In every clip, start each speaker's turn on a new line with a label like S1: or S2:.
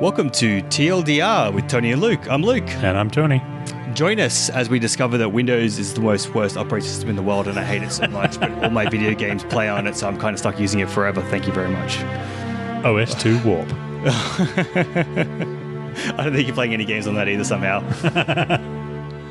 S1: Welcome to TLDR with Tony and Luke. I'm Luke.
S2: And I'm Tony.
S1: Join us as we discover that Windows is the most worst operating system in the world, and I hate it so much. but all my video games play on it, so I'm kind of stuck using it forever. Thank you very much.
S2: OS2 Warp.
S1: I don't think you're playing any games on that either somehow.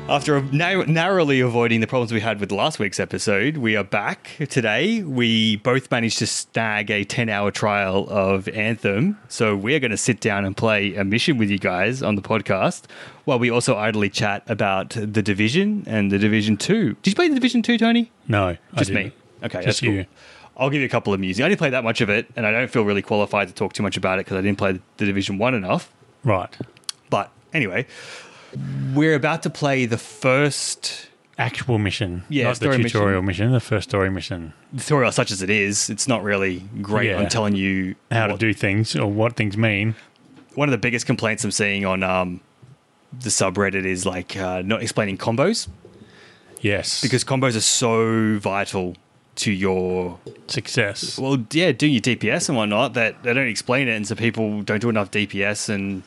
S1: After nar- narrowly avoiding the problems we had with last week's episode, we are back today. We both managed to snag a 10 hour trial of Anthem. So we're going to sit down and play a mission with you guys on the podcast while we also idly chat about The Division and The Division 2. Did you play The Division 2, Tony?
S2: No, I
S1: Just
S2: didn't.
S1: me. Okay,
S2: Just
S1: that's cool.
S2: you.
S1: I'll give you a couple of music. I didn't play that much of it, and I don't feel really qualified to talk too much about it because I didn't play The Division 1 enough.
S2: Right.
S1: But anyway, we're about to play the first
S2: Actual mission.
S1: Yeah,
S2: Not the
S1: story
S2: tutorial mission. the first story mission.
S1: tutorial, such as it is. It's not really great
S2: Yeah.
S1: on telling you
S2: How
S1: what-
S2: to do things or what things mean.
S1: One of the biggest complaints I'm seeing on um, the subreddit is like uh, not explaining combos
S2: Yes.
S1: because combos are so vital to your
S2: success.
S1: well, yeah, doing your DPS and whatnot. That they don't explain it, and so people don't do enough DPS and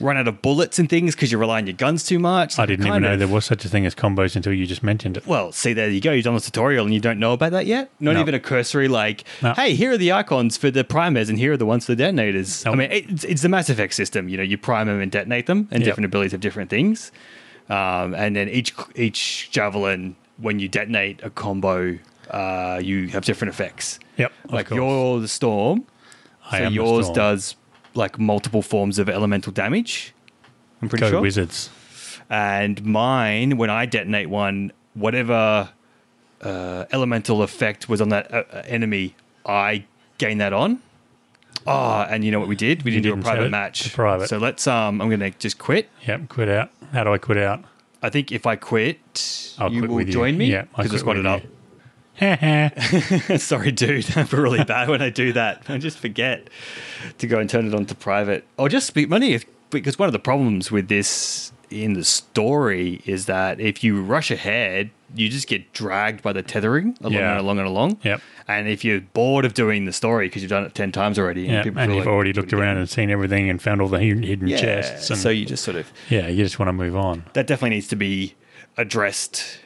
S1: run out of bullets and things because you rely on your guns too much.
S2: I didn't even
S1: Kind
S2: know
S1: of-
S2: there was such a thing as combos until you just mentioned it.
S1: Well, see, there you go. You've done the tutorial and you don't know about that yet. Not
S2: No.
S1: even a cursory like,
S2: No.
S1: hey, here are the icons for the primers and here are the ones for the detonators. I
S2: Nope.
S1: mean, it's, it's the Mass Effect system. You know, you prime them and detonate them, and
S2: Yep.
S1: different abilities have different things. Um, and then each each javelin, when you detonate a combo, uh, you have different effects.
S2: Yep. of
S1: like
S2: course.
S1: you're the storm,
S2: I
S1: so
S2: am the
S1: yours
S2: storm.
S1: does like multiple forms of elemental damage. I'm pretty
S2: Go
S1: sure
S2: Wizards.
S1: and mine when I detonate one, whatever uh, elemental effect was on that uh, uh, enemy, I gain that on. Ah, and you know what we did? We didn't,
S2: didn't
S1: do a
S2: sell it
S1: private
S2: to
S1: match.
S2: private.
S1: So let's. Um, I'm gonna just quit.
S2: Yep. Quit out. How do I quit out?
S1: I think if I quit,
S2: I'll
S1: you
S2: quit
S1: will
S2: with you.
S1: join me.
S2: Yeah, I
S1: because I
S2: quit
S1: squatted up.
S2: with Heh heh.
S1: Sorry, dude. I'm really bad when I do that. I just forget to go and turn it on to private or just speak money. If, because one of the problems with this in the story is that if you rush ahead, you just get dragged by the tethering along
S2: Yeah.
S1: and along and along.
S2: Yep.
S1: And if you're bored of doing the story because you've done it 10 times already,
S2: Yep.
S1: people
S2: And
S1: feel
S2: you've
S1: like-
S2: already looked around and seen everything and found all the hidden hidden
S1: yeah.
S2: chests. And
S1: so you just sort of,
S2: yeah, you just want to move on.
S1: that definitely needs to be addressed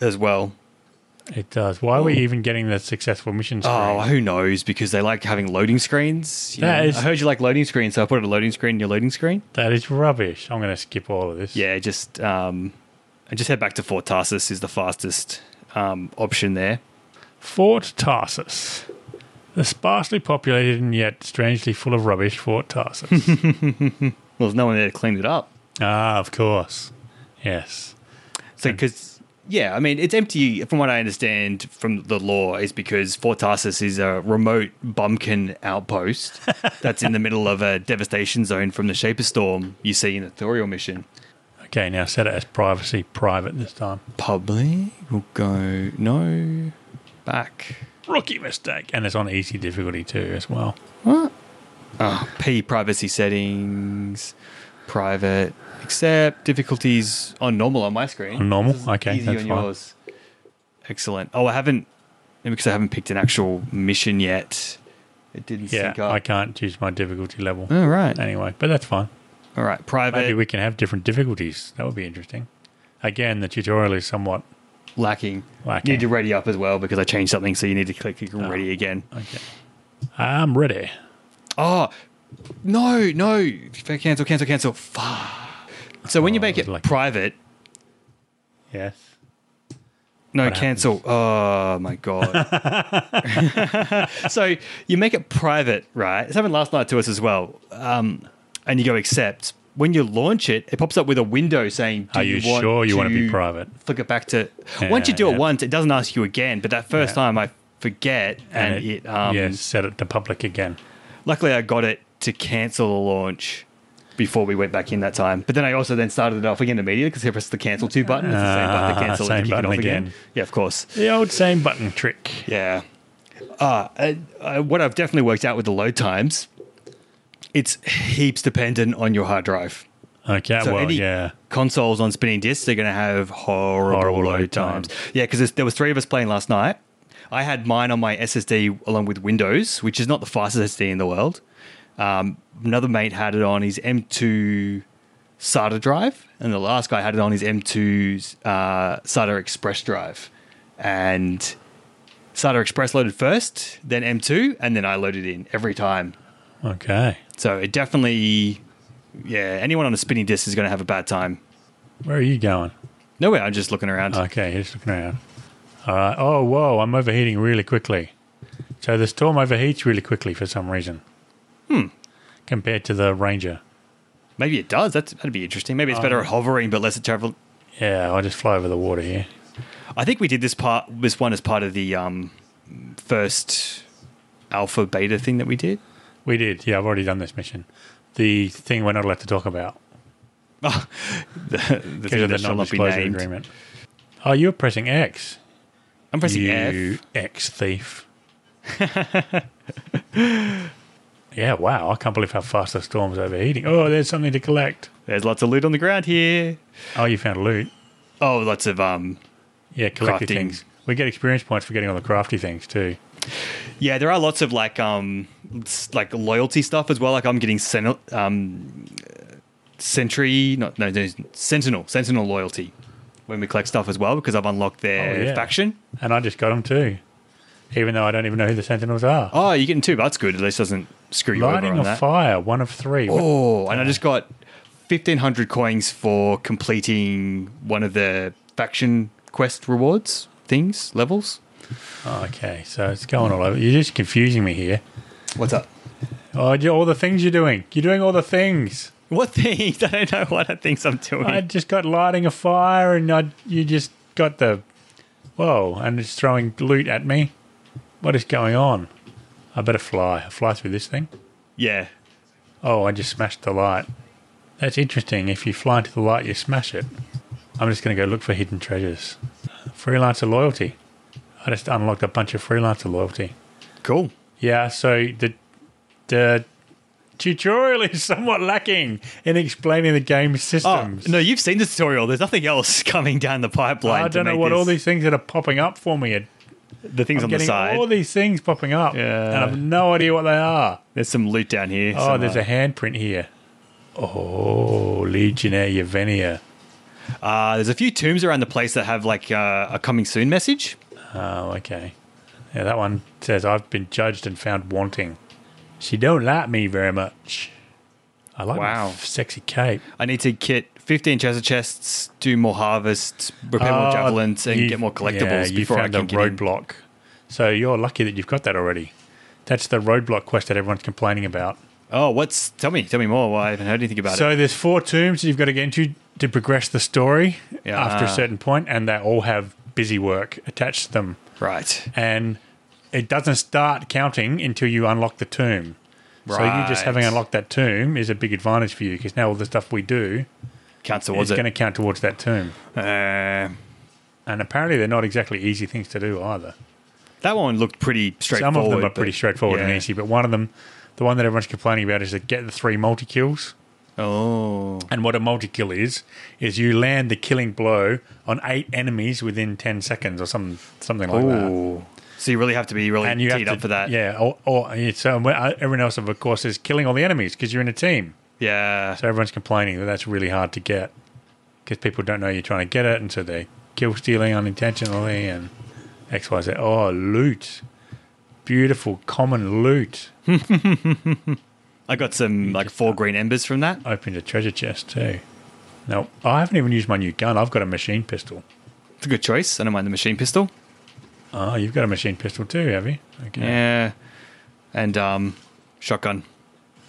S1: as well.
S2: It does. Why are we even getting the successful mission screen?
S1: Hmm. Oh, who knows? Because they like having loading screens. you
S2: That
S1: know.
S2: is-
S1: I heard you like loading screens, so I put a loading screen in your loading screen.
S2: That is rubbish. I'm going to skip all of this.
S1: Yeah, just um, I just head back to Fort Tarsus is the fastest um, option there.
S2: Fort Tarsus. The sparsely populated and yet strangely full of rubbish Fort Tarsus.
S1: Well, there's no one there to clean it up.
S2: ah, of course. Yes.
S1: So because yeah, I mean it's empty from what I understand from the law is because Fort Tarsus is a remote bumpkin outpost that's in the middle of a devastation zone from the Shaper Storm you see in the tutorial mission.
S2: Okay, now set it as privacy private this time.
S1: Probably will go no back.
S2: Rookie mistake. And it's on easy difficulty too as well.
S1: Uh, P privacy settings, private, accept difficulties on normal on my screen.
S2: On normal?
S1: This is
S2: Okay,
S1: easy
S2: that's
S1: on
S2: fine.
S1: yours. Excellent. Oh, I haven't maybe because I haven't picked an actual mission yet. It Hmm. didn't
S2: Yeah,
S1: sync up.
S2: I can't choose my difficulty level.
S1: All right,
S2: Anyway, but that's fine.
S1: all right. Private
S2: Maybe we can have different difficulties. That would be interesting. Again, the tutorial is somewhat
S1: lacking.
S2: Lacking. Ah.
S1: You need to ready up as well because I changed something, so you need to click click and ready again.
S2: okay. Ah, I'm ready.
S1: Oh no, no! Cancel, cancel, cancel. Fuck. So when you
S2: Oh,
S1: make
S2: that was
S1: it
S2: like-
S1: private,
S2: Yes.
S1: No,
S2: What
S1: cancel. Oh my god. so you make it private, right? This happened last night to us as well. Um, and you go accept. When you launch it, it pops up with a window saying, Do
S2: Are you,
S1: want
S2: sure you
S1: to
S2: want to be private?
S1: Flick it back to. once you do
S2: Yeah.
S1: it once, it doesn't ask you again. But that first
S2: Yeah.
S1: time, I forget, and, it. um,
S2: yeah, set it to public again.
S1: Luckily, I got it to cancel the launch before we went back in that time. But then I also then started it off again immediately because I pressed the cancel two button. It's the same button to
S2: Ah,
S1: cancel
S2: same
S1: and to kick it
S2: button
S1: off again.
S2: again.
S1: Yeah, of course.
S2: The old same button trick.
S1: Yeah. Uh, I, I, what I've definitely worked out with the load times, it's heaps dependent on your hard drive.
S2: Okay,
S1: So
S2: well,
S1: any
S2: yeah,
S1: consoles on spinning discs, they're going to have horrible,
S2: Horrible
S1: load,
S2: load
S1: times.
S2: times.
S1: Yeah, because there was three of us playing last night. I had mine on my SSD along with Windows, which is not the fastest SSD in the world. Um, another mate had it on his M2 SATA drive, and the last guy had it on his M2 uh, SATA Express drive. And SATA Express loaded first, then M2, and then I loaded in every time.
S2: Okay.
S1: So it definitely, yeah, anyone on a spinning disc is going to have a bad time.
S2: Where are you going?
S1: No way, I'm just looking around.
S2: Okay, he's looking around. All right. Oh, whoa, I'm overheating really quickly. So the Storm overheats really quickly for some reason. Hmm. Compared to the Ranger.
S1: Maybe it does. That's, that'd be interesting. Maybe it's
S2: Uh.
S1: better at hovering, but less at travel.
S2: Yeah, I'll just fly over the water here.
S1: I think we did this part, this one as part of the um, first alpha beta thing that we did.
S2: We did. Yeah, I've already done this mission. The thing we're not allowed to talk about
S1: Oh, the, the
S2: because
S1: thing
S2: of the
S1: that shall not be
S2: non-disclosure
S1: named.
S2: agreement. Oh, you were pressing X.
S1: I'm pressing
S2: you
S1: F.
S2: X thief. yeah, wow. I can't believe how fast the storm's overheating. Oh, there's something to collect.
S1: There's lots of loot on the ground here.
S2: Oh, you found loot.
S1: Oh, lots of um.
S2: Yeah, collect your
S1: Crafting.
S2: things. We get experience points for getting all the crafty things too.
S1: Yeah, there are lots of like um, s- like loyalty stuff as well. Like I'm getting sen- um, uh, sentry, not no, there's sentinel, sentinel loyalty when we collect stuff as well because I've unlocked their
S2: Oh, yeah.
S1: faction.
S2: And I just got them too, even though I don't even know who the Sentinels are.
S1: Oh, you're getting two. But that's good. At least it doesn't screw you over
S2: Lighting
S1: on
S2: a
S1: that.
S2: fire, one of three. What-
S1: Oh, and I just got 1,500 coins for completing one of the faction quest rewards things, levels.
S2: Oh, okay, so it's going all over. You're just confusing me here.
S1: What's up?
S2: Oh, you- all the things you're doing. You're doing all the things.
S1: What things? I don't know what I think I'm doing.
S2: I just got lighting a fire, and I, you just got the whoa, and it's throwing loot at me. What is going on? I better fly. I fly through this thing.
S1: yeah.
S2: Oh, I just smashed the light. That's interesting. If you fly into the light, you smash it. I'm just going to go look for hidden treasures. Freelancer loyalty. I just unlocked a bunch of freelancer loyalty.
S1: Cool.
S2: Yeah, so the the tutorial is somewhat lacking in explaining the game's
S1: Oh,
S2: systems.
S1: no, you've seen the tutorial. There's nothing else coming down the pipeline.
S2: I
S1: to
S2: don't know
S1: make
S2: what all
S1: this-
S2: these things that are popping up for me. Are.
S1: the things on the
S2: Getting
S1: side.
S2: all these things popping up,
S1: Yeah.
S2: and I've no idea what they are.
S1: there's some loot down here.
S2: Oh, there's a handprint here. Oh, Legionnaire Yevenia.
S1: uh, there's a few tombs around the place that have like uh, a coming soon message.
S2: Oh, okay. Yeah, that one says I've been judged and found wanting. She don't like me very much. I like my
S1: Wow.
S2: f- sexy cape.
S1: I need to kit 15 treasure chests, do more harvests, repair more
S2: Oh,
S1: javelins, and
S2: you-
S1: get more
S2: yeah,
S1: collectibles
S2: you
S1: before I
S2: found
S1: can
S2: the
S1: get in.
S2: roadblock. So you're lucky that you've got that already. That's the roadblock quest that everyone's complaining about.
S1: Oh, what's? Tell me, tell me more. Why I haven't heard anything about
S2: So
S1: it.
S2: there's four tombs you've got to get into to progress the story
S1: Yeah.
S2: after a certain point, and they all have busy work attached to them.
S1: Right.
S2: And it doesn't start counting until you unlock the tomb. So you just
S1: Right.
S2: having unlocked that tomb is a big advantage for you because now all the stuff we do
S1: Counts towards
S2: is
S1: it.
S2: going to count towards that tomb.
S1: Uh,
S2: And apparently they're not exactly easy things to do either.
S1: that one looked pretty straightforward.
S2: Some of them are
S1: but-
S2: pretty straightforward and
S1: yeah.
S2: easy, but one of them, the one that everyone's complaining about, is to get the three multi kills.
S1: Oh,
S2: And what a multi kill is, is you land the killing blow on eight enemies within 10 seconds or some, something like that.
S1: Ooh. So you really have to be really
S2: And you
S1: teed
S2: have
S1: up
S2: to,
S1: for that.
S2: Yeah. Or, or it's, um, everyone else, of course, is killing all the enemies because you're in a team.
S1: Yeah.
S2: So everyone's complaining that that's really hard to get because people don't know you're trying to get it. And so they're kill stealing unintentionally and XYZ. Oh, loot. Beautiful common loot.
S1: I got some like four green embers from that.
S2: opened a treasure chest too. Now, I haven't even used my new gun. I've got a machine pistol.
S1: It's a good choice. I don't mind the machine pistol.
S2: Oh, you've got a machine pistol too, have you? Okay.
S1: Yeah. And um, shotgun.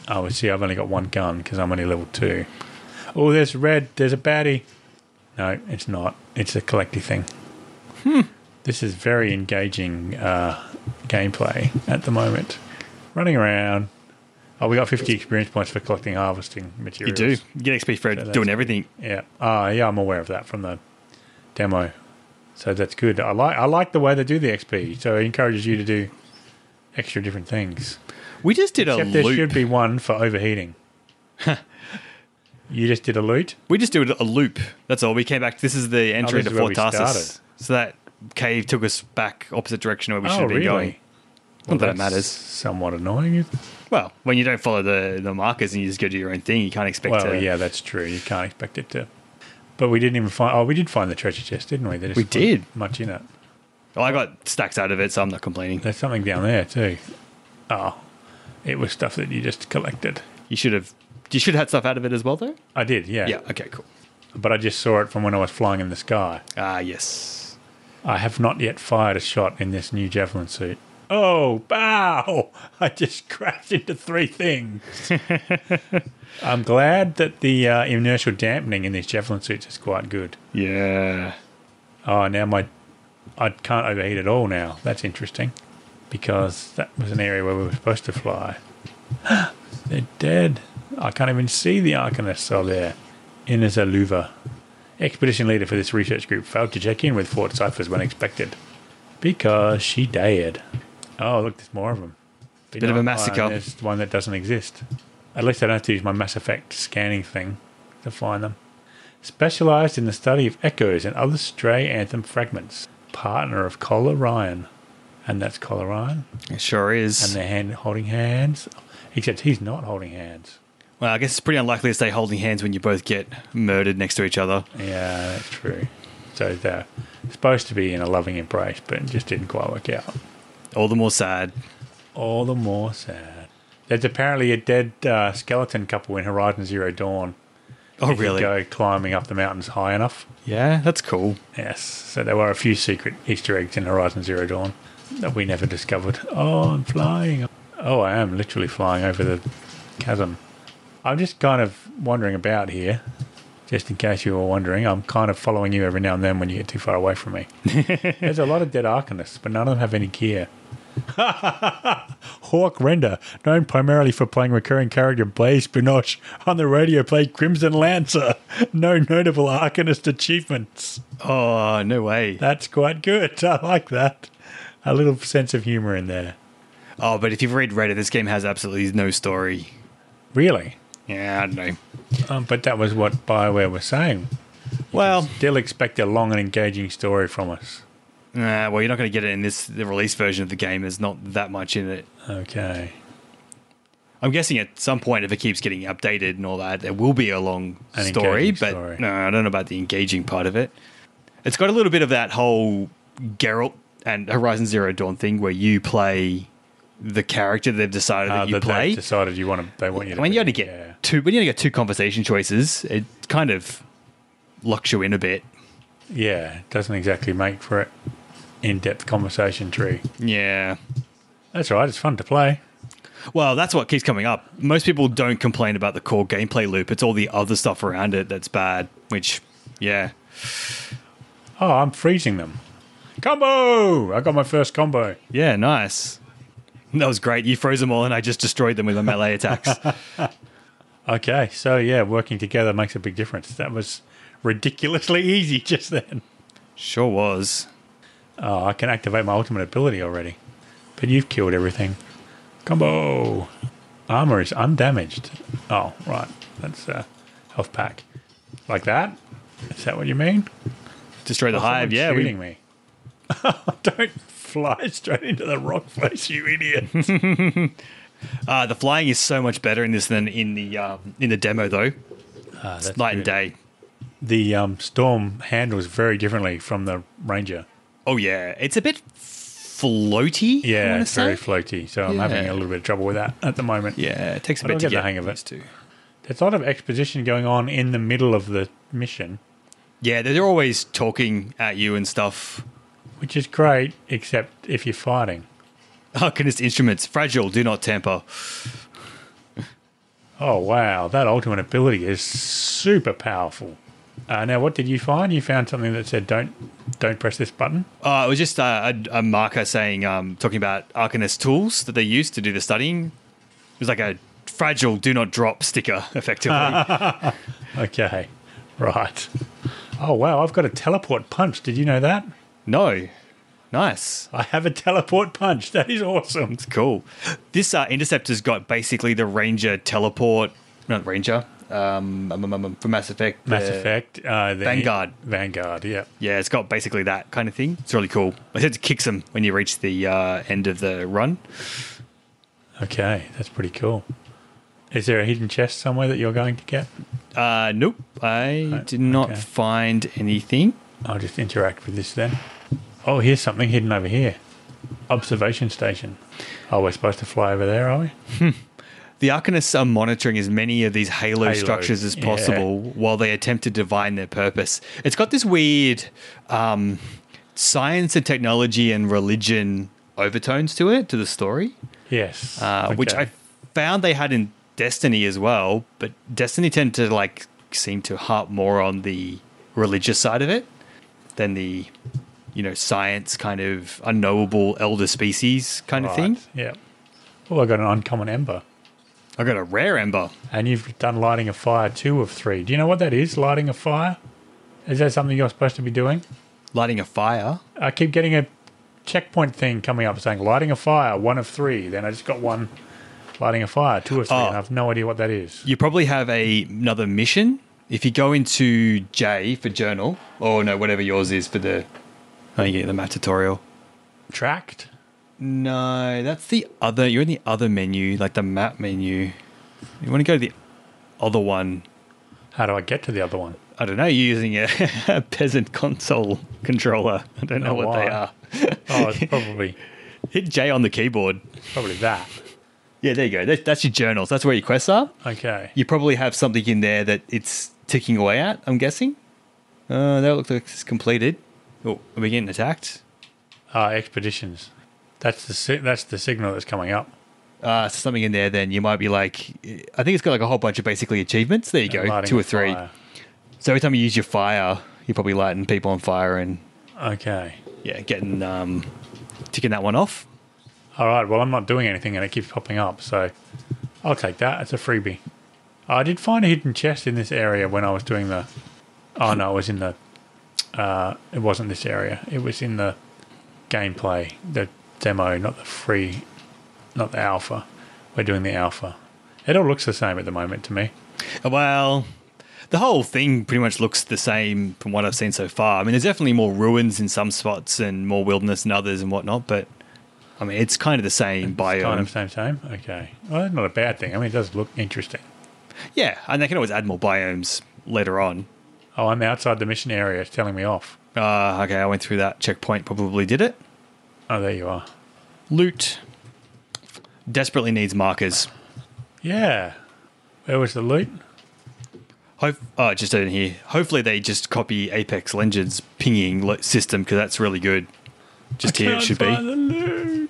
S2: Oh, see, I've only got one gun because I'm only level two. Oh, there's red. There's a baddie. No, it's not. It's a collecty thing. Hmm. This is very engaging uh, gameplay at the moment. Running around. Oh, we got 50 experience points for collecting harvesting
S1: You
S2: materials.
S1: do. You get XP for
S2: that's
S1: doing everything.
S2: Yeah. Ah, yeah, I'm aware of that from the demo. So that's good. I like I like the way they do the XP. So it encourages you to do extra different things.
S1: We just did a
S2: Except there
S1: loop.
S2: should be one for overheating. you just did a loot.
S1: We just did a loop. That's all. We came back. This is the entry
S2: Oh, this
S1: to
S2: is where
S1: Fort
S2: we
S1: Tarsus.
S2: started.
S1: So that cave took us back opposite direction where we should
S2: Oh,
S1: have been
S2: really?
S1: going.
S2: Well,
S1: Not that it
S2: that's
S1: matters.
S2: Somewhat annoying. isn't it?
S1: Well, when you don't follow the, the markers and you just go do your own thing, you can't expect
S2: Well,
S1: to.
S2: yeah, that's true. You can't expect it to. But we didn't even find. Oh, we did find the treasure chest, didn't we? There just
S1: We
S2: wasn't
S1: did.
S2: much in it.
S1: Well, I got stacks out of it, so I'm not complaining.
S2: There's something down there too. Oh, it was stuff that you just collected.
S1: You should have. You should have had stuff out of it as well, though.
S2: I did, yeah.
S1: Yeah. Okay. Cool.
S2: But I just saw it from when I was flying in the sky.
S1: Ah, yes.
S2: I have not yet fired a shot in this new javelin suit. Oh, bow! I just crashed into three things. I'm glad that the uh, inertial dampening in these javelin suits is quite good.
S1: Yeah.
S2: Oh, now my I can't overheat at all now. That's interesting because that was an area where we were supposed to fly. They're dead. I can't even see the Arcanists are there. Inez Aluva, expedition leader for this research group, failed to check in with Fort Cyphers when expected because she died. Oh, look, there's more of them.
S1: Bit of a massacre.
S2: There's one that doesn't exist. At least I don't have to use my Mass Effect scanning thing to find them specialized in the study of echoes and other stray anthem fragments. Partner of Collar Ryan, and that's Collar Ryan,
S1: It sure
S2: and
S1: is.
S2: they're hand, holding hands. Except he's not holding hands.
S1: Well, I guess it's pretty unlikely to stay holding hands when you both get murdered next to each other.
S2: Yeah, that's true. So they're supposed to be in a loving embrace, but it just didn't quite work out.
S1: All the more sad.
S2: All the more sad. There's apparently a dead uh, skeleton couple in Horizon Zero Dawn.
S1: Oh,
S2: who
S1: really?
S2: Go climbing up the mountains high enough.
S1: Yeah, that's cool.
S2: Yes, so there were a few secret Easter eggs in Horizon Zero Dawn that we never discovered. Oh, I'm flying. Oh, I am literally flying over the chasm. I'm just kind of wandering about here. Just in case you were wondering, I'm kind of following you every now and then when you get too far away from me. There's a lot of dead Arcanists, but none of them have any gear. Hawk Render, known primarily for playing recurring character Blaze Spinoche on the radio play Crimson Lancer. No notable Arcanist achievements.
S1: Oh, no way.
S2: That's quite good. I like that. A little sense of humor in there.
S1: Oh, but if you've read Reddit, this game has absolutely no story.
S2: Really?
S1: Yeah, I don't know.
S2: Um, but that was what Bioware was saying.
S1: Well,
S2: Still expect a long and engaging story from us.
S1: nah, well, you're not going to get it in this. The release version of the game There's not that much in it.
S2: Okay.
S1: I'm guessing at some point, if it keeps getting updated and all that, there will be a long
S2: An
S1: story.
S2: engaging
S1: But
S2: story.
S1: no, I don't know about the engaging part of it. It's got a little bit of that whole Geralt and Horizon Zero Dawn thing where you play the character they've decided
S2: Uh,
S1: that you
S2: that
S1: play.
S2: they decided you want to, they want you to.
S1: when you only
S2: be-
S1: get
S2: yeah.
S1: two, when you only get two conversation choices, it kind of locks you in a bit.
S2: Yeah, it doesn't exactly make for it. In depth conversation tree.
S1: Yeah.
S2: That's all right. It's fun to play.
S1: Well, that's what keeps coming up. Most people don't complain about the core gameplay loop. It's all the other stuff around it that's bad. Which, yeah,
S2: Oh, I'm freezing them. Combo! I got my first combo.
S1: yeah, nice. That was great. You froze them all, and I just destroyed them with my melee attacks.
S2: Okay, so yeah, working together makes a big difference. That was ridiculously easy just then.
S1: Sure was.
S2: Oh, I can activate my ultimate ability already. But you've killed everything. Combo! Armor is undamaged. Oh, right. That's a health pack. Like that? Is that what you mean?
S1: Destroy the hive.
S2: Someone's
S1: Yeah, we,
S2: shooting me. Don't fly straight into the rock face, you idiot.
S1: Ah, uh, the flying is so much better in this than in the um, in the demo, though.
S2: that's
S1: Night and day.
S2: The um, storm handles very differently from the ranger.
S1: Oh yeah, it's a bit floaty. I
S2: Yeah,
S1: wanna
S2: it's very
S1: say.
S2: floaty. So I'm having
S1: Yeah.
S2: a little bit of trouble with that at the moment.
S1: yeah, it takes a
S2: I
S1: bit
S2: don't
S1: to
S2: get the
S1: get
S2: hang of it.
S1: used to.
S2: There's a lot of exposition going on in the middle of the mission,
S1: Yeah, they're always talking at you and stuff.
S2: which is great, except if you're fighting.
S1: Arcanist Oh, instruments, fragile, do not tamper.
S2: Oh, wow. That ultimate ability is super powerful. Uh, now, what did you find? You found something that said, don't don't press this button.
S1: Uh, it was just uh, a, a marker saying, um, talking about Arcanist tools that they use to do the studying. It was like a fragile, do not drop sticker, effectively.
S2: Okay. Right. Oh, wow. I've got a teleport punch. Did you know that?
S1: no. Nice.
S2: I have a teleport punch. That is awesome.
S1: It's cool. This uh, Interceptor's got basically the Ranger teleport, not Ranger, um, um, um, um, for Mass Effect.
S2: Mass
S1: the-
S2: Effect. Uh, the
S1: Vanguard.
S2: Vanguard, yeah.
S1: Yeah, it's got basically that kind of thing. It's really cool. I said it kicks them when you reach the uh, end of the run.
S2: Okay, that's pretty cool. Is there a hidden chest somewhere that you're going to get?
S1: Uh, nope, I
S2: Right,
S1: did not
S2: okay.
S1: find anything.
S2: I'll just interact with this then. Oh, here's something hidden over here. Observation station. Oh, we're supposed to fly over there, are we?
S1: The Arcanists are monitoring as many of these halo,
S2: Halo,
S1: structures as
S2: yeah.
S1: possible while they attempt to divine their purpose. It's got this weird um, science and technology and religion overtones to it, to the story,
S2: Yes.
S1: uh, which
S2: Okay.
S1: I found they had in Destiny as well, but Destiny tended to like seem to harp more on the religious side of it than the you know science kind of unknowable elder species kind of thing.
S2: Right, Yeah. Oh, I got an uncommon ember.
S1: I got a rare ember.
S2: And you've done lighting a fire two of three. Do you know what that is? Lighting a fire? Is that something you're supposed to be doing?
S1: Lighting a fire.
S2: I keep getting a checkpoint thing coming up saying lighting a fire one of three. Then I just got one lighting a fire two of three,
S1: Oh.
S2: and I've no idea what that is.
S1: you probably have a, another mission. If you go into J for journal, or no, whatever yours is for the, I think yeah, the map tutorial.
S2: Tracked.
S1: No, that's the other. You're in the other menu, like the map menu. You want to go to the other one.
S2: How do I get to the other one?
S1: I don't know. You're using a, a peasant console controller. I don't know
S2: Oh,
S1: what they
S2: wow.
S1: are.
S2: Oh, it's probably
S1: Hit J on the keyboard.
S2: probably that.
S1: Yeah, there you go. That, that's your journals. That's where your quests are.
S2: Okay.
S1: you probably have something in there that it's ticking away at. I'm guessing. Uh, that looks like it's completed. Oh, are we getting attacked?
S2: Uh, expeditions. That's the si- that's the signal that's coming up.
S1: Uh, so something in there. Then you might be like, I think it's got like a whole bunch of basically achievements. There you go,
S2: Lighting
S1: two
S2: a
S1: or three.
S2: fire.
S1: So every time you use your fire, you're probably lighting people on fire and
S2: Okay.
S1: yeah, getting um, ticking that one off.
S2: All right. Well, I'm not doing anything, and it keeps popping up, so I'll take that. It's a freebie. I did find a hidden chest in this area when I was doing the. Oh no, it was in the. Uh, it wasn't this area. It was in the gameplay, the demo, not the free, not the alpha. We're doing the alpha. It all looks the same at the moment to me.
S1: Uh, Well, the whole thing pretty much looks the same from what I've seen so far. I mean, there's definitely more ruins in some spots and more wilderness in others and whatnot, but I mean, it's kind of the same biome.
S2: Kind of same, same. Okay. Well, that's not a bad thing. I mean, it does look interesting.
S1: Yeah, and they can always add more biomes later on.
S2: Oh, I'm outside the mission area. It's telling me off.
S1: Uh, okay, I went through that checkpoint, probably did it.
S2: Oh, there you are.
S1: Loot. Desperately needs markers.
S2: Yeah. Where was the loot?
S1: Hope, oh, just in here. Hopefully, they just copy Apex Legends pinging lo- system because that's really good. Just here it
S2: Can't
S1: should be.
S2: find the loot.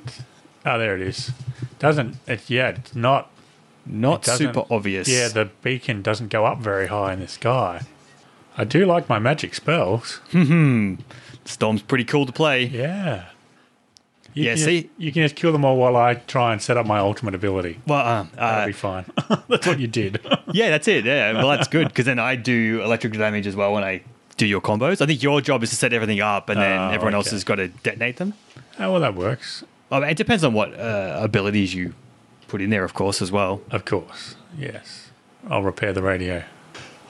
S2: Oh, there it is. Doesn't it? Yeah, it's not
S1: Not
S2: doesn't-
S1: super obvious.
S2: Yeah, the beacon doesn't go up very high in the sky. I do like my magic spells.
S1: Hmm. Storm's pretty cool to play.
S2: Yeah. You
S1: Yeah,
S2: can
S1: see-
S2: you can just kill them all while I try and set up my ultimate ability.
S1: Well, uh,
S2: That'll
S1: uh,
S2: be fine. That's what you did.
S1: yeah, that's it. Yeah, well, that's good because then I do electrical damage as well when I do your combos. I think your job is to set everything up, and then
S2: Oh,
S1: everyone else
S2: okay.
S1: has got to detonate them.
S2: oh, well, that works.
S1: I mean, it depends on what uh, abilities you put in there, of course, as well.
S2: Of course, yes. I'll repair the radio.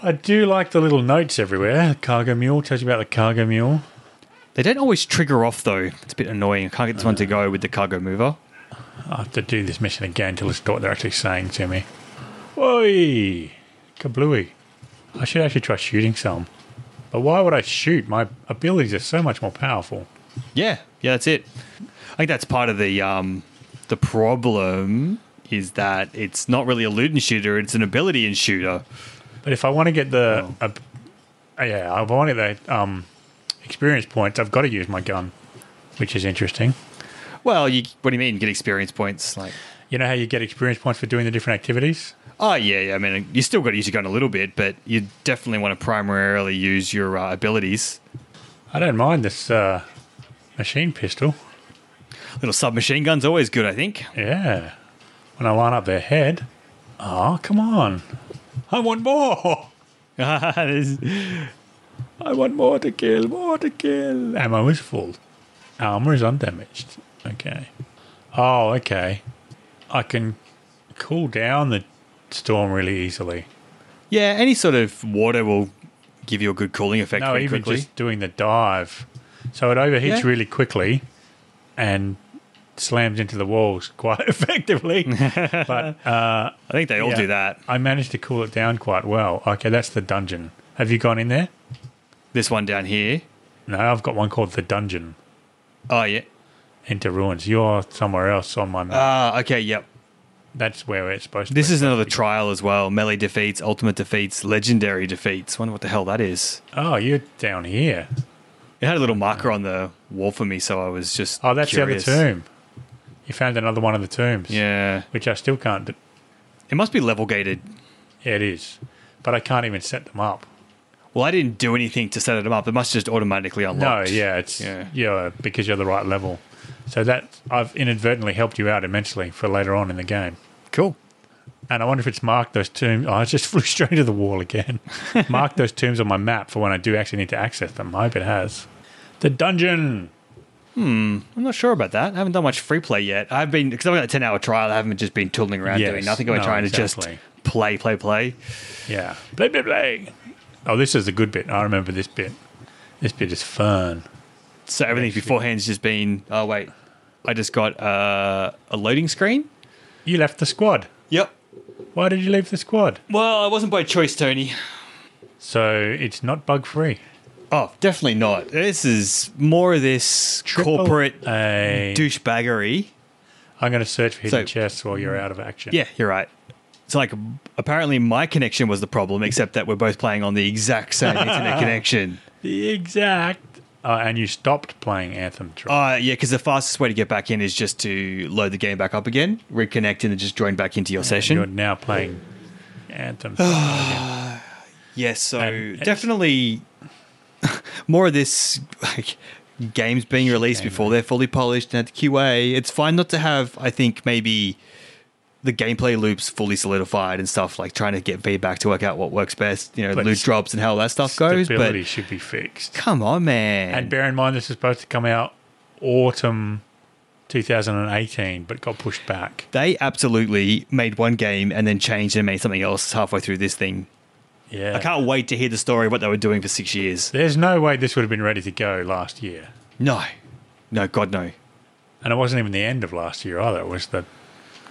S2: I do like the little notes everywhere. Cargo mule tells you about the cargo mule.
S1: They don't always trigger off, though. It's a bit annoying. I can't get this one to go with the cargo mover.
S2: I have to do this mission again to listen to what they're actually saying to me. Oi! Kablooey. I should actually try shooting some. But why would I shoot? My abilities are so much more powerful.
S1: Yeah, yeah, that's it. I think that's part of the um, the problem is that it's not really a loot and shooter; it's an ability and shooter.
S2: But if I want to get the. ab- yeah, if I want to get the um, experience points, I've got to use my gun, which is interesting.
S1: Well, you, what do you mean? Get experience points? Like,
S2: You know how you get experience points for doing the different activities?
S1: oh yeah, yeah. I mean, you still got to use your gun a little bit, but you definitely want to primarily use your uh, abilities.
S2: I don't mind this uh, machine pistol.
S1: Little submachine gun's always good, I think.
S2: Yeah. When I line up their head. Oh, come on. I want more. I want more to kill, more to kill. Ammo is full. Armor is undamaged. Okay. Oh, okay. I can cool down the storm really easily.
S1: Yeah, any sort of water will give you a good cooling effect
S2: No,
S1: pretty
S2: even
S1: quickly.
S2: just doing the dive. So it overheats
S1: Yeah.
S2: really quickly and slams into the walls quite effectively. but uh,
S1: I think they all
S2: yeah,
S1: do that.
S2: I managed to cool it down quite well. Okay, that's the dungeon. Have you gone in there?
S1: This one down here.
S2: No, I've got one called the dungeon
S1: Oh yeah.
S2: into ruins. You're somewhere else on my map.
S1: Ah, okay, yep.
S2: that's where it's supposed to.
S1: This
S2: be.
S1: is another trial as well. Melee defeats, ultimate defeats, legendary defeats. Wonder what the hell that is.
S2: Oh, you're down here.
S1: It had a little marker on the wall for me, so I was just
S2: Oh, that's
S1: curious.
S2: the other tomb. You found another one of the tombs.
S1: Yeah,
S2: Which I still can't. D-
S1: it must be level gated.
S2: yeah, it is. But I can't even set them up.
S1: Well, I didn't do anything to set it up. It must just automatically unlock.
S2: No, yeah, it's
S1: Yeah.
S2: yeah. because you're the right level. So that I've inadvertently helped you out immensely for later on in the game.
S1: cool.
S2: And I wonder if it's marked those tombs. Oh, I just flew straight to the wall again. Mark those tombs on my map for when I do actually need to access them. I hope it has. The dungeon.
S1: I'm not sure about that. I haven't done much free play yet. I've been because I've got a ten hour trial. I haven't just been tooling around
S2: Yes.
S1: doing nothing. I've been
S2: No,
S1: trying to
S2: exactly.
S1: just play, play, play.
S2: Yeah. Blah, blah, blah. Oh, this is the good bit. I remember this bit. This bit is fun.
S1: So everything beforehand has just been. Oh wait, I just got uh, a loading screen.
S2: You left the squad.
S1: Yep.
S2: Why did you leave the squad?
S1: Well, I wasn't by choice, Tony.
S2: So it's not bug free.
S1: Oh, definitely not. This is more of this corporate
S2: A,
S1: douchebaggery.
S2: I'm going to search for hidden
S1: So-
S2: chests while you're out of action.
S1: Yeah, you're right. It's like apparently my connection was the problem, except that we're both playing on the exact same internet connection.
S2: The exact. Uh, and you stopped playing Anthem. Tr-
S1: Uh, yeah, because the fastest way to get back in is just to load the game back up again, reconnect, and then just join back into your session.
S2: You're now playing Anthem.
S1: Yes, so
S2: Um, And it's-
S1: definitely more of this like games being released before they're fully polished and at the QA. It's fine not to have, I think, maybe the gameplay loops fully solidified and stuff like trying to get feedback to work out what works best, you know,
S2: But
S1: loot drops and how that stuff goes.
S2: Stability
S1: But
S2: should be fixed.
S1: come on, man.
S2: And bear in mind, this is supposed to come out autumn 2018, but got pushed back.
S1: they absolutely made one game and then changed and made something else halfway through this thing.
S2: Yeah.
S1: I can't wait to hear the story of what they were doing for six years.
S2: There's no way this would have been ready to go last year.
S1: No. No, God, no.
S2: And it wasn't even the end of last year either. It was the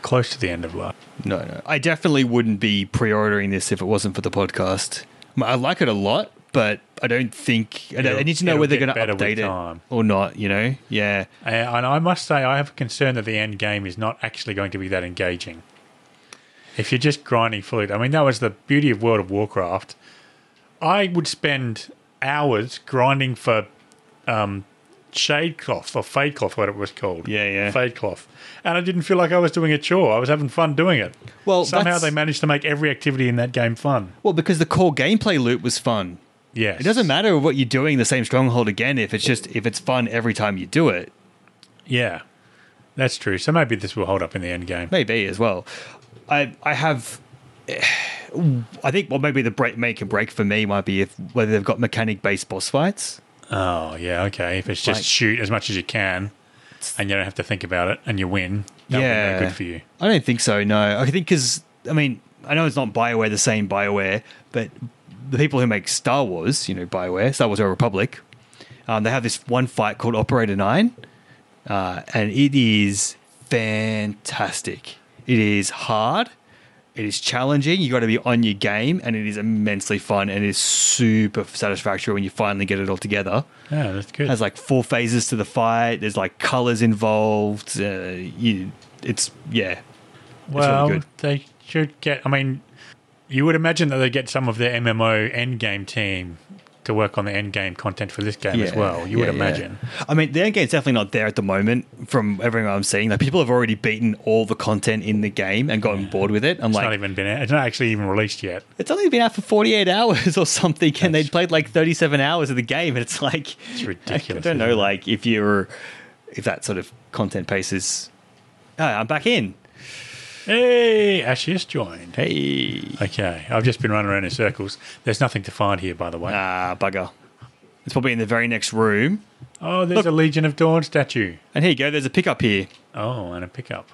S2: close to the end of last.
S1: No, no. I definitely wouldn't be pre ordering this if it wasn't for the podcast. I mean, I like it a lot, but I don't think. I, don't, I
S2: It'll-
S1: need to know
S2: it'll
S1: whether they're
S2: get
S1: going to
S2: better with
S1: update it
S2: time.
S1: or not, you know? Yeah.
S2: And Uh, and I must say, I have a concern that the end game is not actually going to be that engaging. If you're just grinding for loot, I mean, that was the beauty of World of Warcraft. I would spend hours grinding for um, shade cloth or fade cloth, what it was called.
S1: Yeah, yeah.
S2: Fade cloth. And I didn't feel like I was doing a chore. I was having fun doing it.
S1: Well,
S2: somehow
S1: that's-
S2: they managed to make every activity in that game fun.
S1: Well, because the core gameplay loop was fun.
S2: Yes.
S1: It doesn't matter what you're doing the same stronghold again if it's just if it's fun every time you do it.
S2: Yeah. That's true. So maybe this will hold up in the end game.
S1: Maybe as well. I I have I think well maybe the break make and break for me might be if whether they've got mechanic based boss fights.
S2: Oh yeah, okay. If it's just
S1: Like-
S2: shoot as much as you can, and you don't have to think about it, and you win, that yeah, would be no good for you.
S1: I don't think so. No, I think because I mean I know it's not Bioware the same Bioware, but the people who make Star Wars, you know, Bioware, Star Wars: A Republic, um, they have this one fight called Operator Nine, uh, and it is fantastic. It is hard. It is challenging. You got to be on your game, and it is immensely fun, and it is super satisfactory when you finally get it all together
S2: Yeah, that's good.
S1: has like four phases to the fight. There's like colors involved. Uh, you, it's yeah,
S2: well,
S1: good.
S2: they should get. I mean, you would imagine that they get some of their MMO endgame team to work on the endgame content for this game as
S1: Yeah,
S2: well. You
S1: yeah,
S2: would
S1: yeah.
S2: imagine.
S1: I mean, the end game's definitely not there at the moment. From everything I'm seeing, like people have already beaten all the content in the game and gotten bored with it. I'm
S2: It's
S1: like,
S2: not even been. It's not actually even released yet.
S1: it's only been out for 48 hours or something, and they
S2: That's-
S1: would played like 37 hours of the game, and it's like
S2: It's ridiculous,
S1: I don't know,
S2: isn't it?
S1: like if you're if that sort of content pace is. Oh, I'm back in.
S2: Hey, Ash is joined.
S1: Hey,
S2: Okay, I've just been running around in circles. There's nothing to find here, by the way.
S1: ah, bugger. It's probably in the very next room.
S2: oh, there's a Legion of Dawn statue.
S1: And here you go. There's a pickup here.
S2: Oh, and a pickup.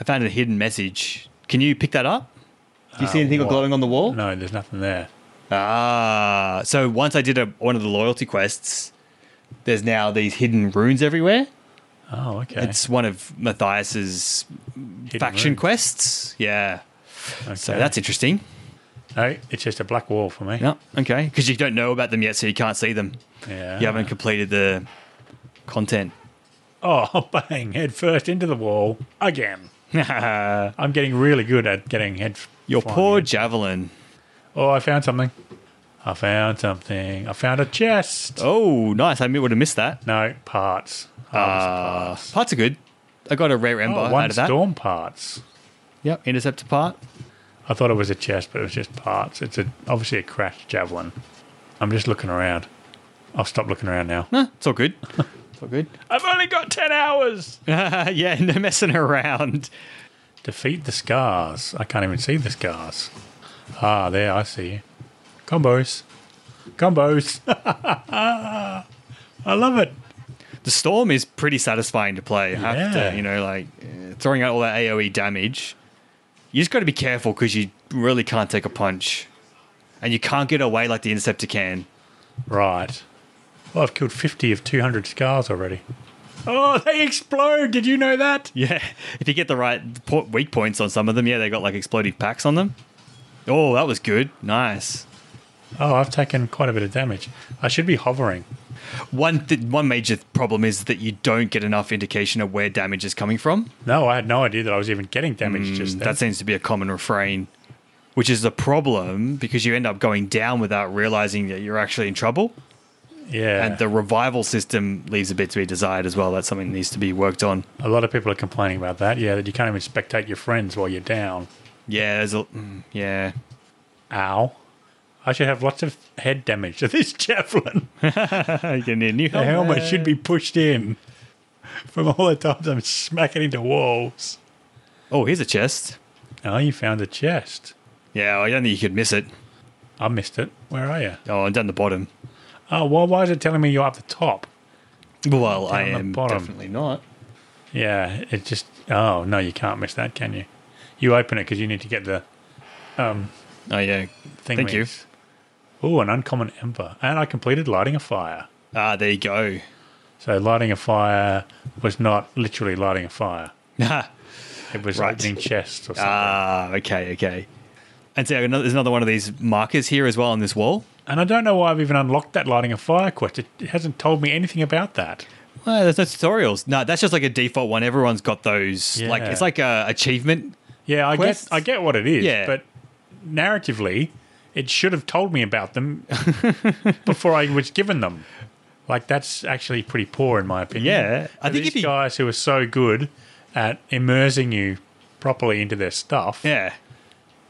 S1: I found a hidden message. Can you pick that up? Do you see anything
S2: what?
S1: glowing on the wall?
S2: No, there's nothing there.
S1: Ah, so once I did a, one of the loyalty quests, there's now these hidden runes everywhere.
S2: Oh, okay.
S1: It's one of Matthias's
S2: Hidden
S1: faction
S2: room.
S1: quests. Yeah,
S2: Okay.
S1: so that's interesting.
S2: No, it's just a black wall for me.
S1: Yeah, okay, because you don't know about them yet, so you can't see them.
S2: Yeah.
S1: You haven't completed the content.
S2: Oh, bang! Head first into the wall again.
S1: Your
S2: I'm getting really good at getting head. flying
S1: poor
S2: in.
S1: javelin.
S2: Oh, I found something. I found something. I found a chest.
S1: Oh, nice! I would have missed that.
S2: No parts. Harvest parts.
S1: Parts are good. I got a rare ember
S2: Oh,
S1: out
S2: one
S1: of that.
S2: storm parts.
S1: Yep, interceptor part.
S2: I thought it was a chest, but it was just parts. It's a obviously a crashed javelin. I'm just looking around. I'll stop looking around now.
S1: Nah, it's all good. it's all good.
S2: I've only got ten hours.
S1: yeah, no messing around.
S2: Defeat the scars. I can't even see the scars. Ah, there, I see. you. Combos. Combos. I love it.
S1: The storm is pretty satisfying to play. I have
S2: Yeah.
S1: to, you know, like uh, throwing out all that AOE damage. You just got to be careful because you really can't take a punch, and you can't get away like the interceptor can.
S2: Right. Well, I've killed 50 of 200 scars already. Oh, they explode. Did you know that?
S1: Yeah, if you get the right po- weak points on some of them, yeah, they got like exploding packs on them. Oh, that was good. Nice.
S2: Oh, I've taken quite a bit of damage. I should be hovering.
S1: One th- one major problem is that you don't get enough indication of where damage is coming from.
S2: No, I had no idea that I was even getting damage just then.
S1: That seems to be a common refrain, which is a problem because you end up going down without realizing that you're actually in trouble.
S2: yeah.
S1: And the revival system leaves a bit to be desired as well. That's something that needs to be worked on.
S2: a lot of people are complaining about that. Yeah, that you can't even spectate your friends while you're down.
S1: Yeah, there's a mm, yeah.
S2: Ow. I should have lots of head damage to this javelin.
S1: you gonna need a new
S2: The
S1: helmet.
S2: helmet should be pushed in from all the times I'm smacking into walls.
S1: Oh, here's a chest.
S2: Oh, you found a chest.
S1: Yeah, I don't think you could miss it.
S2: I missed it. Where are you?
S1: Oh, I'm down the bottom.
S2: Oh, well, why is it telling me you're up the top?
S1: Well, I
S2: Down the
S1: am
S2: bottom.
S1: definitely not.
S2: Yeah, it just. Oh, no, you can't miss that, can you? You open it because you need to get the
S1: Oh yeah,
S2: thing.
S1: Thank you.
S2: Oh, an uncommon ember. And I completed lighting a fire.
S1: Ah, there you go.
S2: So, lighting a fire was not literally lighting a fire, it was
S1: Right.
S2: opening chests or something.
S1: ah, okay, okay. And so another, there's another one of these markers here as well on this wall.
S2: And I don't know why I've even unlocked that lighting a fire quest. It, it hasn't told me anything about that.
S1: Well, there's no tutorials. No, that's just like a default one. Everyone's got those.
S2: Yeah.
S1: Like it's like a achievement.
S2: Yeah, I
S1: Quests?
S2: get I get what it is,
S1: Yeah.
S2: but narratively, it should have told me about them before I was given them. Like that's actually pretty poor in my opinion.
S1: Yeah, I
S2: I
S1: think
S2: think
S1: if
S2: these
S1: you-
S2: guys who are so good at immersing you properly into their stuff,
S1: Yeah,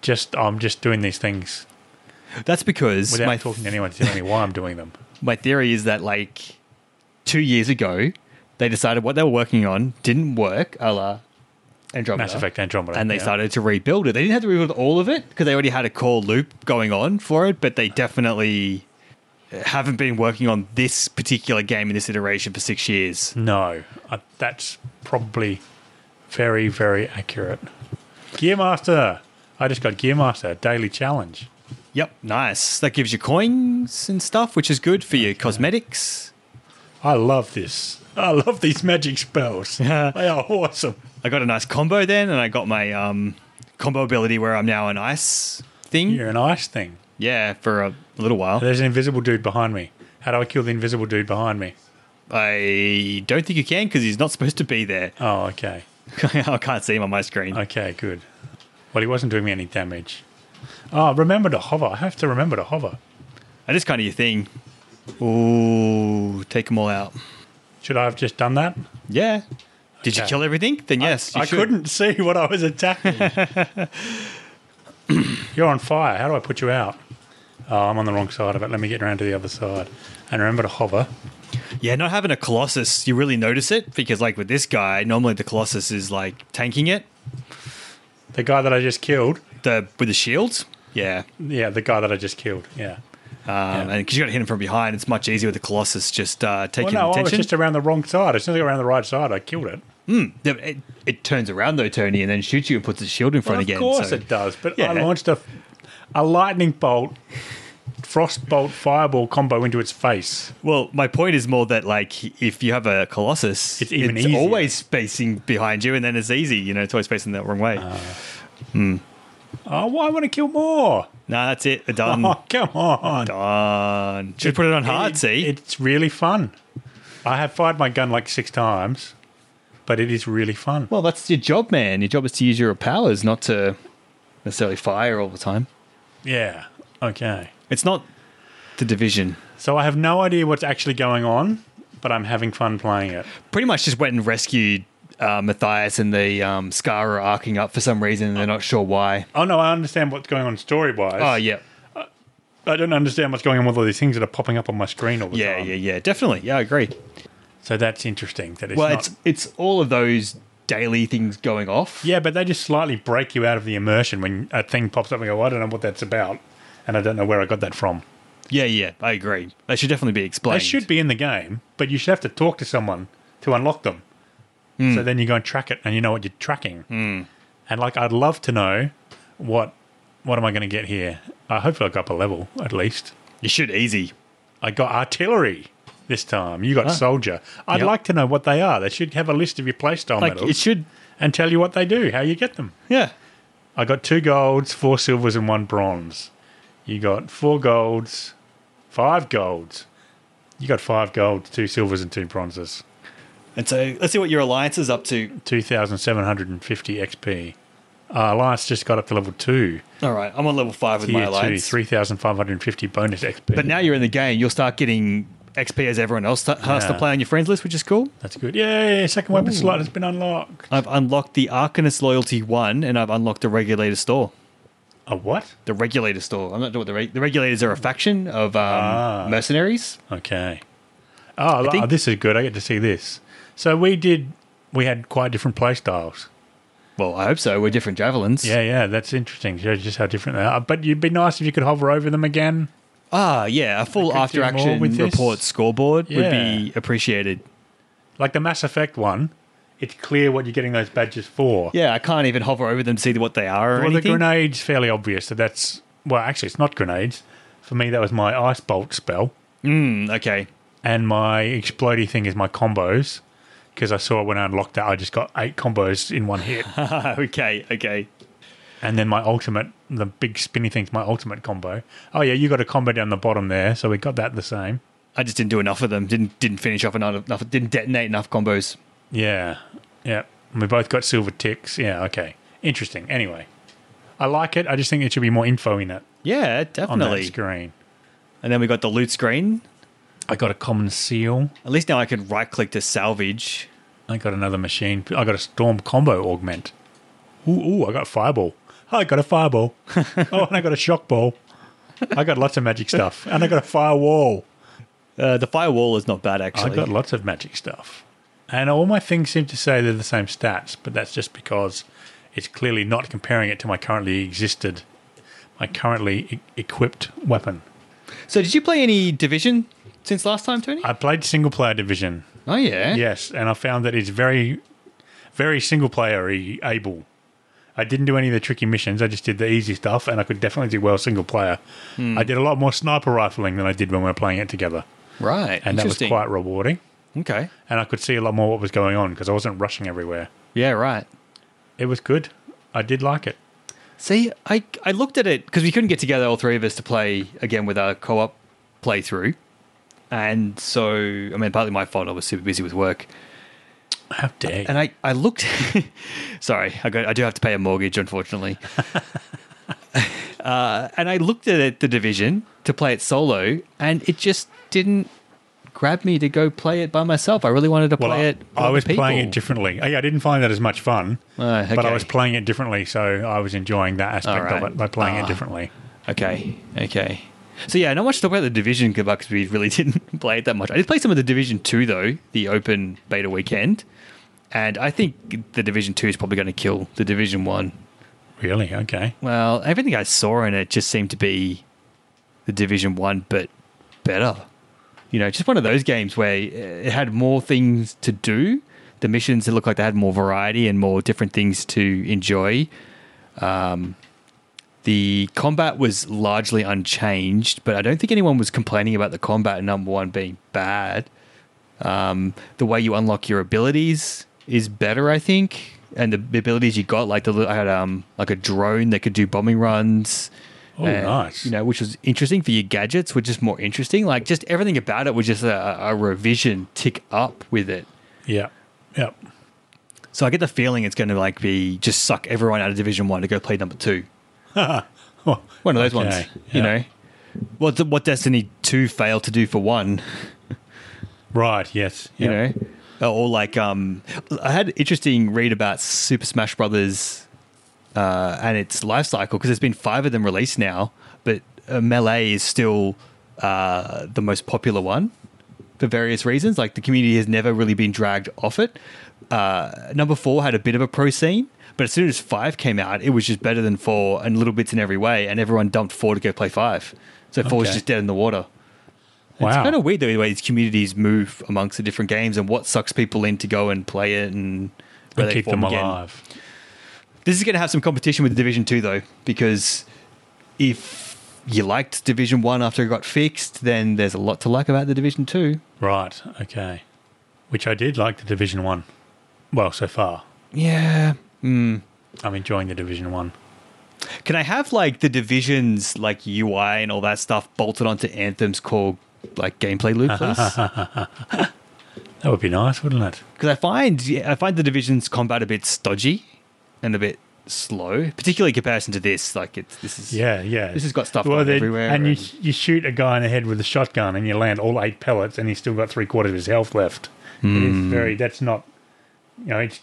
S2: just I'm just doing these things
S1: that's because
S2: without
S1: my
S2: talking to anyone to tell me why I'm doing them.
S1: my theory is that like two years ago they decided what they were working on didn't work. A la Andromeda.
S2: Mass Effect Andromeda,
S1: and they
S2: yeah.
S1: started to rebuild it. They didn't have to rebuild all of it because they already had a core loop going on for it, but they definitely haven't been working on this particular game in this iteration for six years.
S2: No, I, that's probably very, very accurate. Gearmaster. I just got Gearmaster daily challenge.
S1: Yep, nice. That gives you coins and stuff, which is good for your cosmetics.
S2: I love this. I love these magic spells. they are awesome.
S1: I got a nice combo then, and I got my um, combo ability where I'm now an ice thing. Yeah,
S2: You're an ice thing.
S1: for a little while.
S2: There's an invisible dude behind me. How do I kill the invisible dude behind me?
S1: I don't think you can because he's not supposed to be there.
S2: Oh, okay.
S1: I can't see him on my screen.
S2: Okay, good. Well, he wasn't doing me any damage. Oh, remember to hover. I have to remember to hover.
S1: And it's kind of your thing. Ooh, take them all out.
S2: Should I have just done that?
S1: Yeah. Did you
S2: Okay.
S1: kill everything? Then yes, you
S2: I
S1: should.
S2: couldn't see what I was attacking. You're on fire. How do I put you out? Oh, I'm on the wrong side of it. Let me get around to the other side. And remember to hover.
S1: Yeah, not having a Colossus, you really notice it because, like with this guy, normally the Colossus is like tanking it
S2: The guy that I just killed.
S1: the with the shield. Yeah, um,
S2: Yeah, the guy that I just killed. Yeah.
S1: and because you got to hit him from behind, it's much easier with the Colossus just uh, taking
S2: Well, no, I was
S1: attention.
S2: just around the wrong side. As soon as I got around the right side, I killed it.
S1: Yeah, It, it turns around though, Tony, and then shoots you and puts its shield in front
S2: Well,
S1: again.
S2: Of course
S1: so-
S2: it does. But
S1: Yeah.
S2: I launched a, a lightning bolt, frost bolt, fireball combo into its face.
S1: Well, my point is more that like if you have a colossus,
S2: It's even easier.
S1: always facing behind you, and then it's easy. You know, it's always facing the wrong way.
S2: Uh, Oh, well, I want to kill more.
S1: nah, that's it. We're done.
S2: oh, come on.
S1: Done. Should put it on Hmm. hard.
S2: It-
S1: see,
S2: It's really fun. I have fired my gun like six times, but it is really fun.
S1: well, that's your job, man. Your job is to use your powers, not to necessarily fire all the time.
S2: Yeah. Okay.
S1: It's not the division.
S2: So I have no idea what's actually going on, but I'm having fun playing it.
S1: Pretty much just went and rescued uh, Matthias and the um, Scar are arcing up for some reason, and they're not sure why.
S2: Oh no, I understand what's going on story wise.
S1: Oh yeah,
S2: I don't understand what's going on with all these things that are popping up on my screen all the
S1: yeah,
S2: time.
S1: yeah, yeah. Definitely. Yeah, I agree.
S2: So that's interesting. That it's
S1: well,
S2: not-
S1: it's it's all of those daily things going off.
S2: yeah, but they just slightly break you out of the immersion when a thing pops up and go, I don't know what that's about, and I don't know where I got that from.
S1: yeah, yeah. I agree. They should definitely be
S2: They
S1: explained.
S2: should be in the game, but you should have to talk to someone to unlock them.
S1: Hmm.
S2: So then you go and track it, and you know what you're tracking. And like, I'd love to know what what am I going to get here? I hopefully I got up a level at least.
S1: You should easy.
S2: I got artillery this time. You got soldier.
S1: Ah.
S2: I'd
S1: Yep.
S2: like to know what they are. They should have a list of your playstyle
S1: Like
S2: medals
S1: it should.
S2: and tell you what they do, how you get them.
S1: Yeah.
S2: I got two golds, four silvers, and one bronze. You got four golds, five golds. You got five golds, two silvers, and two bronzes.
S1: And so let's see what your alliance is up to.
S2: 2,750 XP. Uh, Alliance just got up to level two.
S1: All right, I'm on level five with my
S2: Tier two,
S1: alliance.
S2: 3,550 bonus XP.
S1: But now you're in the game, you'll start getting XP as everyone else sta- has to
S2: Yeah.
S1: play on your friends list, which is cool.
S2: That's good. Yay! Second weapon slot has been unlocked.
S1: I've unlocked the Arcanist Loyalty One, and I've unlocked the Regulator Store.
S2: A what?
S1: The Regulator Store. I'm not sure what the reg- the Regulators are a faction of um,
S2: Ah.
S1: mercenaries.
S2: Okay. Oh,
S1: think-
S2: oh, this is good. I get to see this. So we did. We had quite different play styles.
S1: Well, I hope so. We're different javelins.
S2: Yeah, yeah, that's interesting. Shows just how different they are. But you'd be nice if you could hover over them again.
S1: Ah, yeah, a full
S2: could do
S1: after
S2: more
S1: action
S2: with this.
S1: report scoreboard would be
S2: Yeah.
S1: appreciated.
S2: Like the Mass Effect one, it's clear what you're getting those badges for.
S1: Yeah, I can't even hover over them to see what they are or
S2: well, the
S1: anything.
S2: grenades fairly obvious. So that's well, actually, it's not grenades. For me, that was my ice bolt spell,
S1: Mm, okay.
S2: and my explodey thing is my combos. Because I saw when I unlocked that, I just got eight combos in one hit,
S1: okay, okay.
S2: and then my ultimate, the big spinny thing's my ultimate combo. Oh yeah, you got a combo down the bottom there, so we got that the same.
S1: I just didn't do enough of them. Didn't didn't finish off enough. enough didn't detonate enough combos.
S2: Yeah. Yeah. And we both got silver ticks. Yeah, okay. Interesting. Anyway. I like it. I just think there should be more info in it
S1: Yeah,
S2: on
S1: definitely.
S2: that screen.
S1: And then we got the loot screen.
S2: I got a common seal.
S1: At least now I can right click to salvage.
S2: I got another machine. I got a storm combo augment. Ooh, ooh, I got fireball. I got a fireball. oh, and I got a shock ball. I got lots of magic stuff. And I got a firewall.
S1: Uh, the firewall is not bad
S2: I
S1: actually.
S2: got lots of magic stuff. And all my things seem to say they're the same stats, but that's just because it's clearly not comparing it to my currently existed, my currently e- equipped weapon.
S1: so did you play any division since last time, Tony?
S2: I played single player division,
S1: oh yeah.
S2: yes, and I found that it's very, very single player able. I didn't do any of the tricky missions. I just did the easy stuff, and I could definitely do well single player.
S1: Hmm.
S2: I did a lot more sniper rifling than I did when we were playing it together,
S1: Right.
S2: and that was
S1: Interesting.
S2: quite rewarding.
S1: okay.
S2: And I could see a lot more what was going on because I wasn't rushing everywhere.
S1: Yeah. Right.
S2: It was good. I did like it.
S1: See, I I looked at it because we couldn't get together all three of us to play again with our co-op playthrough, and so I mean, partly my fault. I was super busy with work,
S2: How dare you?
S1: and I I looked. sorry, I got I do have to pay a mortgage, unfortunately. uh, and I looked at it, the division to play it solo, and it just didn't grab me to go play it by myself. I really wanted to
S2: Well,
S1: play
S2: I,
S1: it. with
S2: I
S1: other
S2: was
S1: people.
S2: playing it differently. Oh, yeah, I didn't find that as much fun,
S1: Uh,
S2: but I
S1: okay.
S2: was playing it differently, so I was enjoying that aspect
S1: All right.
S2: of it by playing
S1: Ah.
S2: it differently.
S1: Okay, okay. So yeah, not much to talk about the Division because we really didn't play it that much. I did play some of the Division Two though, the open beta weekend, and I think the Division Two is probably going to kill the Division One.
S2: Really? Okay.
S1: Well, everything I saw in it just seemed to be the Division One, but better. You know, just one of those games where it had more things to do The missions it looked like they had more variety and more different things to enjoy. Um, the combat was largely unchanged, but I don't think anyone was complaining about the combat. Number one being bad. Um, the way you unlock your abilities is better, I think, and the abilities you got, like the li- I had um like a drone that could do bombing runs.
S2: Oh,
S1: and,
S2: nice.
S1: You know, which was interesting for your gadgets, which is more interesting. Like just everything about it was just a, a revision tick up with it.
S2: Yeah. Yeah.
S1: So I get the feeling it's going to like be just suck everyone out of Division One to go play number two.
S2: Oh,
S1: One of those
S2: Okay,
S1: ones, you
S2: yeah.
S1: know. What what Destiny two failed to do for one,
S2: right. Yes.
S1: you
S2: Yeah.
S1: know, or like um, I had an interesting read about Super Smash Brothers, uh, and its life cycle because there's been five of them released now, but uh, Melee is still uh, the most popular one for various reasons. Like the community has never really been dragged off it. Uh, number four had a bit of a pro scene, but as soon as five came out, it was just better than four and little bits in every way, and everyone dumped four to go play five. So four was
S2: Okay.
S1: just dead in the water. It's
S2: Wow.
S1: kind of weird the way these communities move amongst the different games and what sucks people in to go and play it and where
S2: And
S1: they
S2: keep
S1: form
S2: them
S1: again.
S2: alive.
S1: This is going to have some competition with Division 2, though, because if you liked Division 1 after it got fixed, then there's a lot to like about the Division 2.
S2: Right. Okay. Which I did like the Division One. Well, so far
S1: Yeah.
S2: I'm enjoying the Division One.
S1: Can I have, like, the Division's, like, UI and all that stuff bolted onto Anthem's core, like, gameplay loop, please? Because
S2: That would be nice, wouldn't it?
S1: I find, yeah, I find the Division's combat a bit stodgy and a bit slow, particularly in comparison to this. Like, it's, this is...
S2: Yeah, yeah.
S1: This has got stuff going
S2: they-
S1: everywhere
S2: And you,
S1: and-
S2: you shoot a guy in the head with a shotgun and you land all eight pellets and he's still got three quarters of his health left. It
S1: Hmm.
S2: is very, that's not, you know, it's,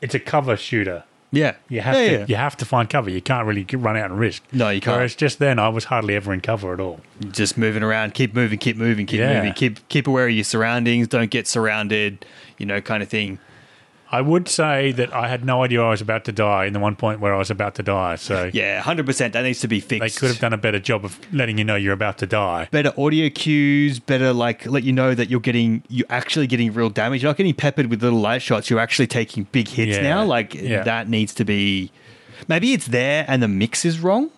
S2: it's a cover shooter.
S1: Yeah.
S2: You have,
S1: Yeah,
S2: to,
S1: yeah.
S2: you have to find cover. You can't really g- run out and risk.
S1: No, you can't.
S2: Whereas just then, I was hardly ever in cover at all.
S1: just moving around, keep moving, keep moving, keep
S2: Yeah.
S1: moving, keep keep aware of your surroundings, don't get surrounded, you know, kind of thing.
S2: I would say that I had no idea I was about to die in the one point where I was about to die. So
S1: Yeah, hundred percent. That needs to be
S2: they
S1: fixed.
S2: could have done a better job of letting you know you're about to die.
S1: better audio cues, better like let you know that you're getting you're actually getting real damage. You're not getting peppered with little light shots. You're actually taking big hits
S2: Yeah.
S1: now. Like
S2: Yeah.
S1: that needs to be. Maybe it's there and the mix is wrong,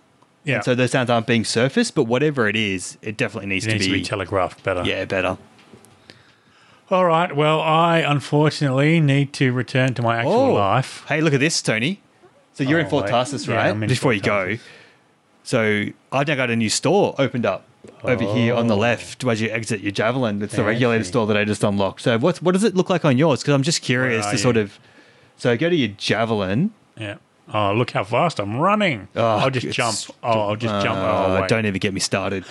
S2: Yeah.
S1: so those sounds aren't being surfaced. But whatever it is, it definitely needs,
S2: it needs to be telegraphed better.
S1: yeah, better.
S2: All right. Well, I unfortunately need to return to my actual
S1: Oh.
S2: life.
S1: Hey, look at this, Tony. So you're in
S2: Oh, wait.
S1: Fortasis,
S2: Yeah,
S1: right?
S2: I'm in
S1: Before you go. So I've now got a new store opened up over here on the left as you exit your Javelin. It's the regulated
S2: Oh. Fancy.
S1: store that I just unlocked. So what's, what does it look like on yours? Because I'm just curious
S2: are
S1: to sort
S2: you?
S1: of. So go to your Javelin.
S2: Yeah. Oh, look how fast I'm running. I'll just
S1: Ah, it's-
S2: jump. Oh, I'll just jump. Oh,
S1: Uh,
S2: wait.
S1: don't even get me started.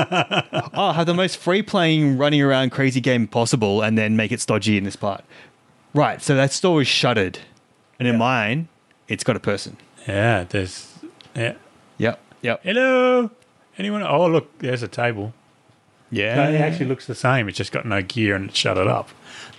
S1: I'll have the most free playing, running around, crazy game possible and then make it stodgy in this part. Right. So that store is shuttered. And in mine, it's got a person.
S2: Yeah, there's. Yeah.
S1: Yep. Yep.
S2: Hello. Anyone? Oh, look, there's a table.
S1: Yeah.
S2: No, it actually looks the same. It's just got no gear and it's shut it up.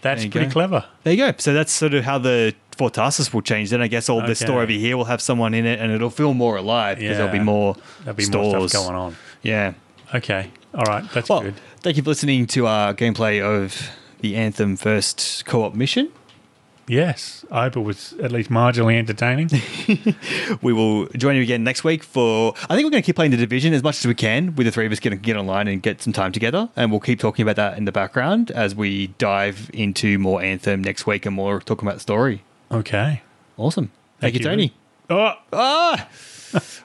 S2: That's
S1: There you
S2: pretty
S1: go.
S2: clever.
S1: There you go. So that's sort of how the Fortasis will change. Then I guess all this
S2: Okay.
S1: store over here will have someone in it, and it'll feel more alive because there'll be
S2: Yeah.
S1: more
S2: There'll be
S1: stores
S2: more stuff going on.
S1: Yeah.
S2: Okay. All right. That's
S1: Well,
S2: good.
S1: thank you for listening to our gameplay of the Anthem First co-op mission.
S2: Yes. I hope it was at least marginally entertaining.
S1: We will join you again next week for. I think we're going to keep playing the division as much as we can. With the three of us going to get online and get some time together, and we'll keep talking about that in the background as we dive into more Anthem next week and more talking about the story.
S2: okay.
S1: Awesome. Thank,
S2: Thank
S1: you,
S2: you.
S1: Tony.
S2: Oh,
S1: Ah!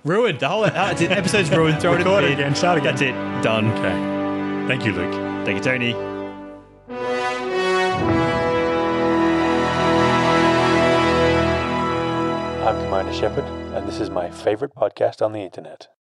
S1: ruined. The whole ah, it's episode's ruined. Throw it in the
S2: Record
S1: bin.
S2: again. Start again.
S1: That's it. Done.
S2: okay. Thank you, Luke.
S1: Thank you, Tony.
S3: I'm Kamina Shepherd, and this is my favorite podcast on the internet.